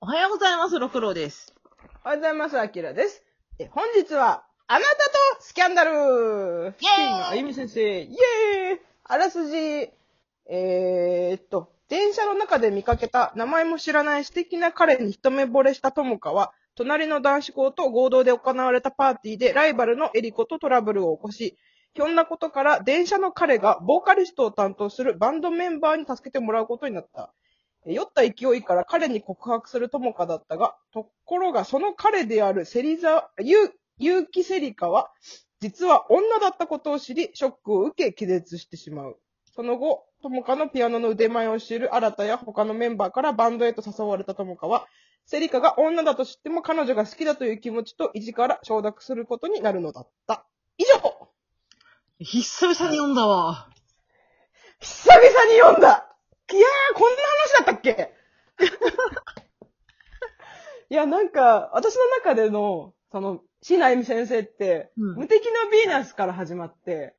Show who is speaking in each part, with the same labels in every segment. Speaker 1: おはようございます、六郎です。
Speaker 2: おはようございます、あきらです。え、本日は、あなたとスキャンダルイェーイあゆみ先生、イェーイあらすじ、えー、っと、電車の中で見かけた名前も知らない素敵な彼に一目惚れした友果は、隣の男子校と合同で行われたパーティーでライバルのエリコとトラブルを起こし、ひょんなことから電車の彼がボーカリストを担当するバンドメンバーに助けてもらうことになった。え酔った勢いから彼に告白する友果だったが、ところがその彼であるセリザ、ゆ、結城セリカは、実は女だったことを知り、ショックを受け気絶してしまう。その後、友果のピアノの腕前を知る新たや他のメンバーからバンドへと誘われた友果は、セリカが女だと知っても彼女が好きだという気持ちと意地から承諾することになるのだった。以上
Speaker 1: 久々に読んだわ。
Speaker 2: 久々に読んだいやー、こんな話だった っけいや、なんか、私の中での、その、シナエミ先生って、
Speaker 1: うん
Speaker 2: 無敵のヴィーナスから始まって、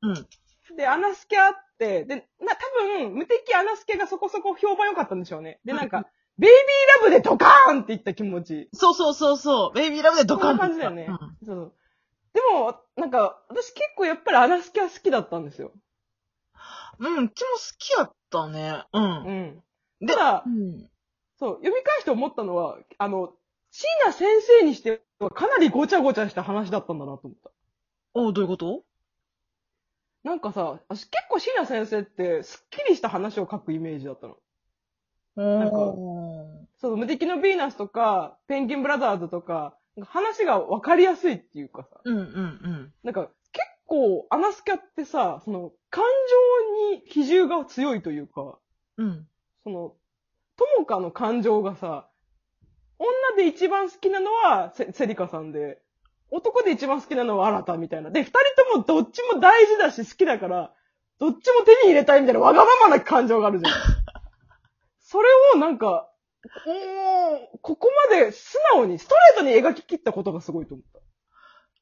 Speaker 1: うん。
Speaker 2: で、アナスケあって、で、な、多分、無敵アナスケがそこそこ評判良かったんでしょうね。で、なん
Speaker 1: うん
Speaker 2: か、ベイビーラブでドカーンっていった気持ち。
Speaker 1: そうそうそうそう。ベイビーラブでドカン
Speaker 2: そんな感じだよね
Speaker 1: うん
Speaker 2: そうそう。でも、なんか、私結構やっぱりアナスケは好きだったんですよ。
Speaker 1: うん、うちも好きやったね。う。
Speaker 2: うんん。
Speaker 1: で
Speaker 2: ただ
Speaker 1: う、ん。
Speaker 2: そう、読み返して思ったのは、あの、椎名先生にしてはかなりごちゃごちゃした話だったんだなと思った。
Speaker 1: おどういうこと
Speaker 2: なんかさ、私結構椎名先生ってスッキリした話を書くイメージだったの。
Speaker 1: なん
Speaker 2: かその無敵のヴィーナスとか、ペンギンブラザーズとか、なんか話がわかりやすいっていうかさ、
Speaker 1: うんうんうん。
Speaker 2: なんか結構アナスキャってさ、その感情に比重が強いというか、
Speaker 1: うん。
Speaker 2: その、ともかの感情がさ、女で一番好きなのはセセリカさんで、男で一番好きなのは新たみたいな。で、二人ともどっちも大事だし好きだから、どっちも手に入れたいみたいなわがままな感情があ るじゃん。それをなんか、もう、ここまで素直に、ストレートに描き切ったことがすごいと思っ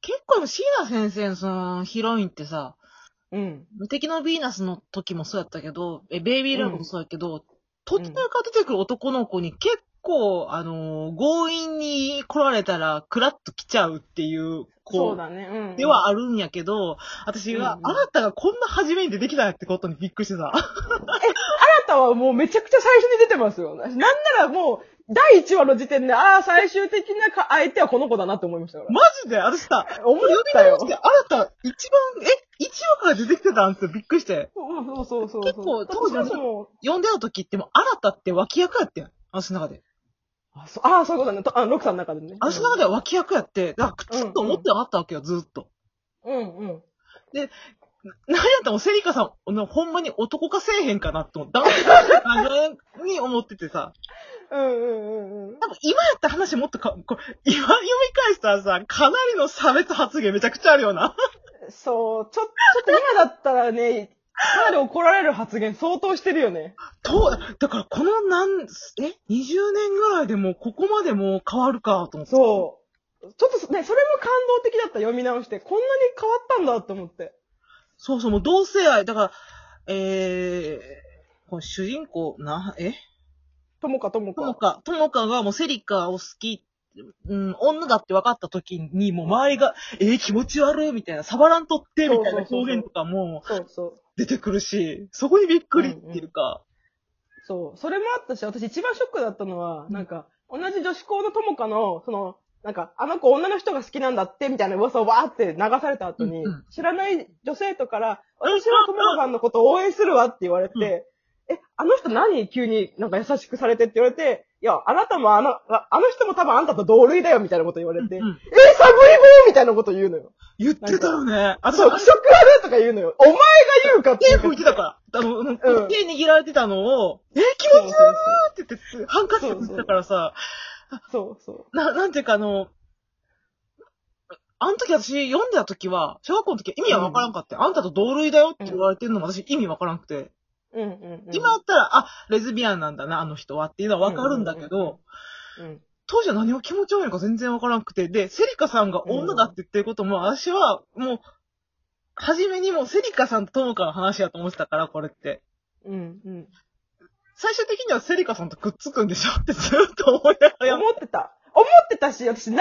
Speaker 1: 結構でも椎名先生のそのヒロインってさ、
Speaker 2: た。うん。
Speaker 1: 無敵のヴィーナスの時もそうやったけど、え、ベイビーラブもそうやけど、途中から出てくる男の子に結構、あのー強引に来られたら、クラッと来ちゃうっていう、こ
Speaker 2: そうだね。うん。
Speaker 1: ではあるんやけど、私は、
Speaker 2: うんうん
Speaker 1: あなたがこんな初めに出てきたってことにびっくりしてた。
Speaker 2: あなたはもうめちゃくちゃ最初に出てますよ。なんならもう、第1話の時点で、ああ、最終的なか相手はこの子だなって思いましたから。
Speaker 1: マジで私さ、
Speaker 2: 思っ
Speaker 1: 読み
Speaker 2: たよ
Speaker 1: 直。して、あなた一番、え、一話から出てきてたんってびっくりして。
Speaker 2: そうそうそうそう。
Speaker 1: 結構当時の
Speaker 2: 私たちも、
Speaker 1: 読んでた時ってもう、あなたって脇役やってん。私の中で。
Speaker 2: あそうあー、そういうことだね。とあの、ロクさんの中でね。
Speaker 1: 私の中では脇役やって、だからずっと思ってなかったわけよ、ずーっと。
Speaker 2: うんうん。
Speaker 1: なんやったらもうセリカさん、なほんまに男化せえへんかなって思って、男性って感じに思っててさ。
Speaker 2: うんうんうんうん。
Speaker 1: 多分今やった話もっとか、これ今読み返したらさ、かなりの差別発言めちゃくちゃあるよな。
Speaker 2: そう、ちょ、ちょっと今だったらね、かなり怒られる発言相当してるよね。
Speaker 1: と、だからこのなん、え ?20 年ぐらいでもうここまでもう変わるかと思って。
Speaker 2: そう。ちょっとね、それも感動的だった、読み直して。こんなに変わったんだって思って。
Speaker 1: そうそう、もう同性愛。だから、えー、この主人公、な、え
Speaker 2: ともかとも
Speaker 1: とも
Speaker 2: か。
Speaker 1: か、ともかがもうセリカを好き、うん、女だって分かった時に、もう周りが、えー、気持ち悪いみたいな、サバらんとって、みたいな表現とかも
Speaker 2: そうそう。
Speaker 1: 出てくるし、そこにびっくりっていうか、
Speaker 2: そう。それもあったし、私一番ショックだったのは、なんか、同じ女子校の友かの、その、なんか、あの子女の人が好きなんだって、みたいな噂をわーって流された後に、
Speaker 1: うんうん
Speaker 2: 知らない女生徒から、私は友かさんのことを応援するわって言われて、
Speaker 1: うん
Speaker 2: え、あの人何急になんか優しくされてって言われて、いや、あなたもあの、ああの人も多分あんたと同類だよみたいなこと言われて、
Speaker 1: うんうん
Speaker 2: え、サブイボーみたいなこと言う のよ。
Speaker 1: 言ってたよね。あ
Speaker 2: そう、気色悪いとか言うのよ。お前が言うかってい
Speaker 1: 手
Speaker 2: うか。
Speaker 1: 拭いてたから。あの、うん手握られてたのを、えー、気
Speaker 2: そう
Speaker 1: 持ち悪い
Speaker 2: そう
Speaker 1: って言って、ハンカチで拭いてたからさ、
Speaker 2: そうそうそう。
Speaker 1: な、なんていうかあの、あの時私読んでた時は、小学校の時は意味はわからんかったよ、あんたと同類だよって言われてるのも私意味わからんくて。
Speaker 2: うんうん、うん。
Speaker 1: 今だったら、あ、レズビアンなんだな、あの人はっていうのはわかるんだけど、
Speaker 2: うん、
Speaker 1: 当時は何を気持ち悪いのか全然わからんくて、で、セリカさんが女だって言ってることも、私はもう、初めにもうセリカさんとトモカの話やと思ってたから、これって。
Speaker 2: うん、うん。
Speaker 1: 最終的にはセリカさんとくっつくんでしょってずっと思いながらやめ
Speaker 2: 思ってた。思ってたし、私なん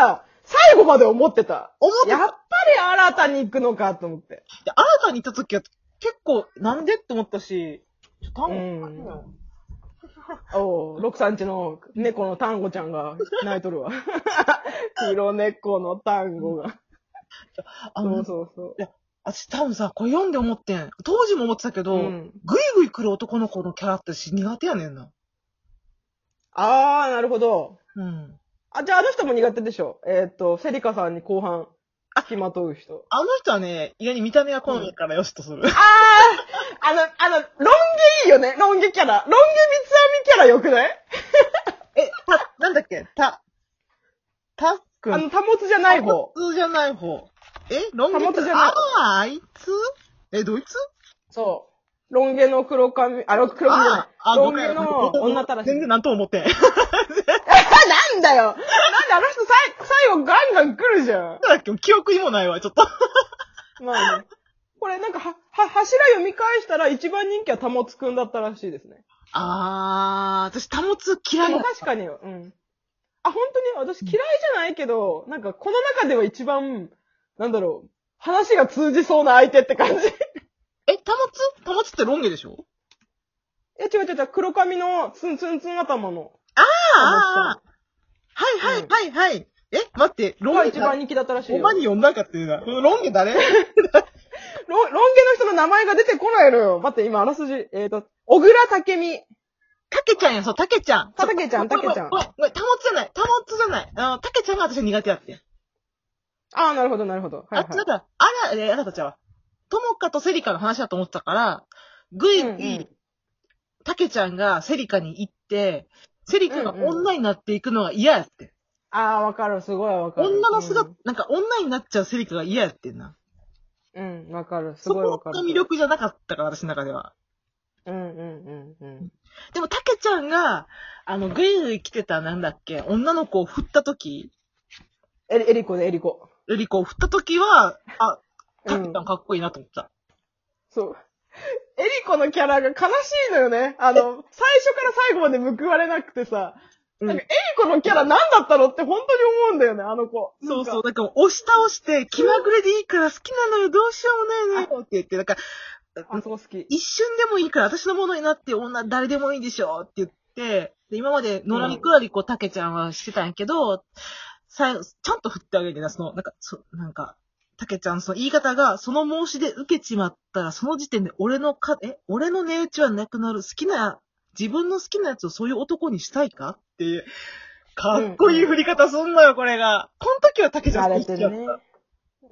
Speaker 2: なら、最後まで思ってた。
Speaker 1: 思って
Speaker 2: やっぱり新たに行くのかと思って。
Speaker 1: て、新たに行った時は結構なんでって思ったし、ちょっと単語
Speaker 2: うんおう、六三ちの猫の単語ちゃんが泣いとる わ。黒猫の単語が。
Speaker 1: あ
Speaker 2: そ
Speaker 1: の
Speaker 2: う、そうそう。
Speaker 1: 私多分さ、これ読んで思ってん。当時も思ってたけど、
Speaker 2: うん
Speaker 1: ぐいぐい来る男の子のキャラって私苦手やねんな。
Speaker 2: あー、なるほど。
Speaker 1: うん。
Speaker 2: あ、じゃああの人も苦手でしょ。えーっ、と、セリカさんに後半、
Speaker 1: あ
Speaker 2: 付きまとう人。
Speaker 1: あの人はね、意外に見た目が好みからよしとす る。
Speaker 2: あー、あの、あの、ロン毛いいよね。ロン毛キャラ。ロン毛三つ編みキャラよくない
Speaker 1: え、た、なんだっけた、たっくん。
Speaker 2: あの、保つじゃない方。
Speaker 1: 普通じゃない方。えロン毛
Speaker 2: タモツじゃない
Speaker 1: ああ、あいつえ、ドイツ
Speaker 2: そう。ロン毛の黒髪、あ、ろ黒髪じゃない
Speaker 1: ああ、
Speaker 2: ロ
Speaker 1: ご
Speaker 2: ン
Speaker 1: め
Speaker 2: 毛
Speaker 1: ん
Speaker 2: の女たらし。
Speaker 1: 全然なんとも思ってん。 なん
Speaker 2: なんだよなんであの人さい最後ガンガン来るじゃん。
Speaker 1: だっけ記憶にもないわ、ちょっと。
Speaker 2: まあね。これなんかは、は、柱読み返したら一番人気は保つくんだったらしいですね。
Speaker 1: あー、私、タモツ嫌い
Speaker 2: で
Speaker 1: だ
Speaker 2: も。確かに、うん。あ、本当に私嫌いじゃないけど、なんかこの中では一番、なんだろう、話が通じそうな相手って感 じ。
Speaker 1: え、タモツタモツってロン毛でしょ
Speaker 2: え、違う違う違う、黒髪のツンツンツン頭の。
Speaker 1: ああ、はいはいはいはい。え、待って、ロ
Speaker 2: ロが
Speaker 1: ン毛
Speaker 2: 一番人気だったらしい
Speaker 1: お
Speaker 2: よ。
Speaker 1: 前に呼んだかっていうな。このロン毛 誰
Speaker 2: ロロン毛の人の名前が出てこないのよ。待って、今、あらすじ。えっ、と、小倉武美。
Speaker 1: タケちゃんや、そう、タケちゃん。
Speaker 2: たけちゃん、たけちゃん
Speaker 1: ご。めん、ごめん、タモツじゃない、タモツじゃない。あの、タケちゃんが私苦手やってん。
Speaker 2: ああ、なるほど、なるほど。
Speaker 1: あ、
Speaker 2: はいは
Speaker 1: 違っ
Speaker 2: い。
Speaker 1: た。あら、え、あなたちゃうわ。ともかとセリカの話だと思ってたから、ぐいぐ
Speaker 2: うんう
Speaker 1: い
Speaker 2: ん、
Speaker 1: たけちゃんがセリカに行って、セリカが
Speaker 2: うんうん
Speaker 1: 女になっていくのが嫌やって。
Speaker 2: ああ、わかる、すごいわかる。
Speaker 1: 女の姿、なんか女になっちゃうセリカが嫌やってんな。
Speaker 2: うん、うん、わかる、す
Speaker 1: そ
Speaker 2: ごいわ
Speaker 1: こ
Speaker 2: かる。
Speaker 1: が魅。力じゃなかったから、私の中では。
Speaker 2: うん、うん、うん、うん。
Speaker 1: でも、たけちゃんが、あの、ぐいぐい来てた、なんだっけ、女の子を振った時、
Speaker 2: えり、えりこで、えりこ。
Speaker 1: ルリコを振った時は、あ、
Speaker 2: う
Speaker 1: たけち
Speaker 2: ん
Speaker 1: ゃん。かっこいいなと思った。
Speaker 2: そう。 えりこのキャラが悲しいのよね。あの、最初から最後まで報われなくてさ。
Speaker 1: う
Speaker 2: なん
Speaker 1: ん
Speaker 2: か、えりこのキャラ何だったのって本当に思うんだよね、あの子。
Speaker 1: そう
Speaker 2: なん
Speaker 1: そう。
Speaker 2: か。
Speaker 1: だから、押し倒して、気まぐれでいいから好きなのよ、どうしようもないのよって言って、だから、
Speaker 2: あ、そこ好き。
Speaker 1: 一瞬でもいいから私のものになって、女誰でもいいでしょって言って、で、今まで、野良にくらりこたけちゃんはしてたんやけど、さ、ちゃんと振ってあげてな、その、なんか、そ、なんか、たけちゃん、その言い方が、その申し出受けちまったら、その時点で俺のか、え、俺の値打ちはなくなる。好きな、自分の好きなやつをそういう男にしたいかっていう、かっこいい振り方すんのよ、これが。この時はたけちゃ
Speaker 2: 慣
Speaker 1: ん
Speaker 2: れ
Speaker 1: 好きだ
Speaker 2: て
Speaker 1: った
Speaker 2: るね。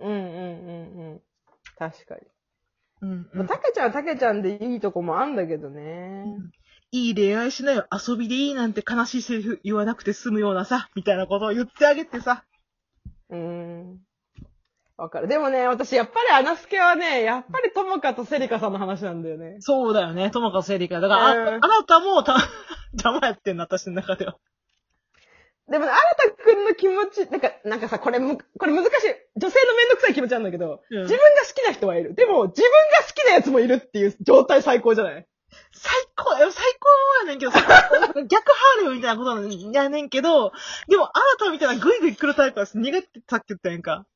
Speaker 2: うん、うん、うん、うん。確かに。
Speaker 1: うんう
Speaker 2: まあ
Speaker 1: ん。
Speaker 2: たけちゃんはたけちゃんでいいとこもあんだけどね。
Speaker 1: いい恋愛しなよ、遊びでいいなんて悲しいセリフ言わなくて済むようなさ、みたいなことを言ってあげてさ。
Speaker 2: うーん。わかる。でもね、私やっぱりアナスケはね、やっぱりともかとセリカさんの話なんだよね。
Speaker 1: そうだよね、ともかせりか。だから、あ
Speaker 2: うん
Speaker 1: あなたもた、 邪魔やってんな、私の中では。
Speaker 2: でもね、新田くんの気持ち、なんか、なんかさ、これむ、これ難しい。女性のめんどくさい気持ちなんだけど、
Speaker 1: うん
Speaker 2: 自分が好きな人はいる。でも、自分が好きなやつもいるっていう状態最高じゃない
Speaker 1: 最高、え最高やねんけ ど、逆ハーレムみたいなことなんやねんけど、でも、あなたみたいなグイグイ来るタイプは苦手ってさっき言ったやんか。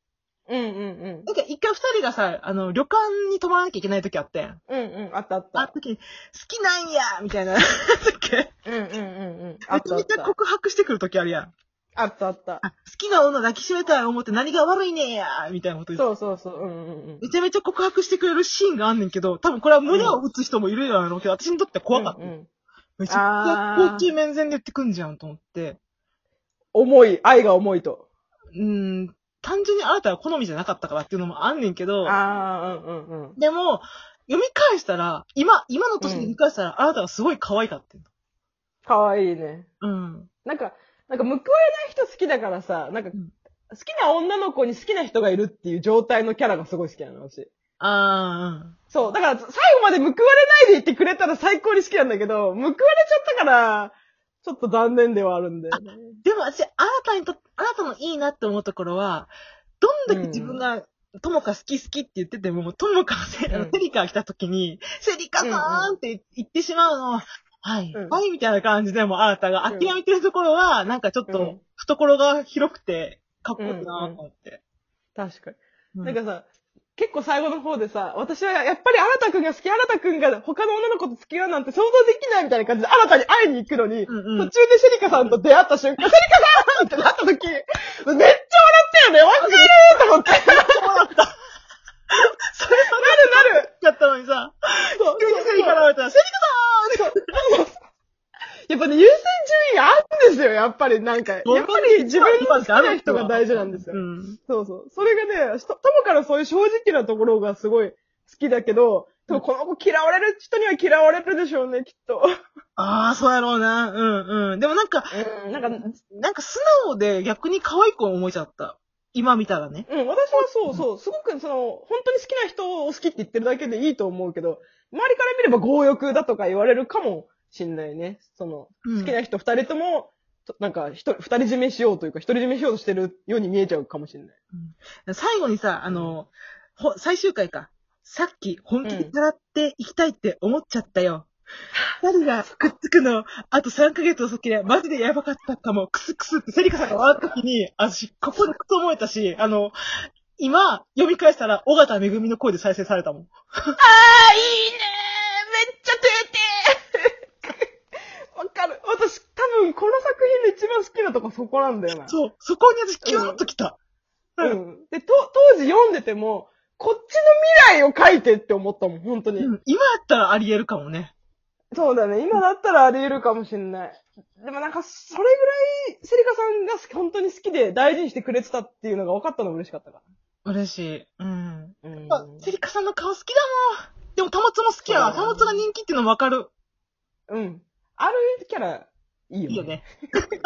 Speaker 2: うんうん
Speaker 1: なんか一回二人がさ、あの、旅館に泊まらなきゃいけない時あってん。
Speaker 2: うん。うんうん、あったあっ
Speaker 1: あの
Speaker 2: た。
Speaker 1: 時に、好きなんやみたい な、だっけ
Speaker 2: うんうんうんうん。あ
Speaker 1: めちゃ
Speaker 2: ったあ
Speaker 1: め
Speaker 2: っ
Speaker 1: ちゃ
Speaker 2: た。
Speaker 1: 告白してくる時あるやん。
Speaker 2: あったあった。
Speaker 1: あ好きな女抱きしめたい思って何が悪いねんやみたいなこと言って。
Speaker 2: そうそうそう。うんうんうん。
Speaker 1: めちゃめちゃ告白してくれるシーンがあんねんけど、多分これは胸を打つ人もいるやろうけど、私にとっては怖かった。
Speaker 2: うんうん
Speaker 1: めちゃくちゃ高級面前で言ってくんじゃんと思って。
Speaker 2: 重い、愛が重いと。
Speaker 1: うん、単純にあなたは好みじゃなかったからっていうのもあんねんけど、
Speaker 2: ああ、うんうんうん。
Speaker 1: でも、読み返したら、今、今の年で読み返したら、あなたがすごい可愛かったよ。
Speaker 2: かわいいね。
Speaker 1: うん。
Speaker 2: なんか、なんか報われない人好きだからさ、なんか、
Speaker 1: うん
Speaker 2: 好きな女の子に好きな人がいるっていう状態のキャラがすごい好きなの、私。
Speaker 1: あ
Speaker 2: そう。だから、最後まで報われないでいてくれたら最高に好きなんだけど、報われちゃったから、ちょっと残念ではあるんだよね。
Speaker 1: ー。でも私、あなたにと、あなたのいいなって思うところは、どんだけ自分が、ともか好き好きって言ってても、ともかせ、あの
Speaker 2: うん
Speaker 1: セリカが来た時に、セリカさーんって言ってしまうのは、はい、
Speaker 2: うん
Speaker 1: はい、みたいな感じでも、あなたが諦めてるところは、なんかちょっ
Speaker 2: う
Speaker 1: と
Speaker 2: ん、
Speaker 1: 懐が広くて、かっこいいなと思って。
Speaker 2: 確かに。
Speaker 1: うん
Speaker 2: なんかさ、結構最後の方でさ、私はやっぱり新田くんが好き、新田くんが他の女の子と付き合うなんて想像できないみたいな感じで新田に会いに行くのに、
Speaker 1: うんうん
Speaker 2: 途中でシェリカさんと出会った 瞬間、シェリカさんってなった時、めっちゃ笑ったよね、わかると思って。
Speaker 1: それま
Speaker 2: なるなる
Speaker 1: でだったのにさ、
Speaker 2: そう
Speaker 1: 急にセリカられたら、セリカだーって
Speaker 2: やっぱね、優先順位あるんですよ、やっぱりなんか。やっぱり自分の好きな人が大事なんですよ
Speaker 1: う。ん。
Speaker 2: そうそう。それがね、しとともからそういう正直なところがすごい好きだけど、でもこの子嫌われる人には嫌われるでしょうね、きっと。
Speaker 1: ああ、そうやろうな。うんうん。でもなんか、
Speaker 2: うん、なんか、うん、
Speaker 1: なんか素直で逆に可愛く思えちゃった。今見たらね。
Speaker 2: 私はそうそう、すごくその、本当に好きな人を好きって言ってるだけでいいと思うけど、周りから見れば強欲だとか言われるかもしんないね。その、
Speaker 1: うん
Speaker 2: 好きな人二人とも、となんか、一人、二人占めしようというか、一人占めしようとしてるように見えちゃうかもしんない。
Speaker 1: 最後にさ、あの、ほ、最終回か。さっき本気で狙っていきたいって思っちゃったよ。二、人 がくっつくの、あと3ヶ月遅ければマジでやばかったかも。クスクスってセリカさんが笑った時に、私、ここでくそ思えたし、あの、今、読み返したら、尾形めぐみの声で再生されたもん。
Speaker 2: あー、いいねーめっちゃ照れてーわかる。私、多分この作品で一番好きなとこそこなんだよな。
Speaker 1: そう、そこに私、キューンと来た。
Speaker 2: う。ん。で、と、当時読んでても、こっちの未来を書いてって思ったもん、本当に。
Speaker 1: うん今やったらあり得るかもね。
Speaker 2: そうだね。今だったらあり得るかもしんない。でもなんか、それぐらい、セリカさんが好き本当に好きで大事にしてくれてたっていうのが分かったの嬉しかったか
Speaker 1: 嬉しい。うん。
Speaker 2: ら。うん
Speaker 1: あ、セリカさんの顔好きだもん。でも、タマツも好きや。
Speaker 2: そう
Speaker 1: タマツが人気っていうのもわかる。
Speaker 2: うん。あるキャラ、いいよね。
Speaker 1: いいよね。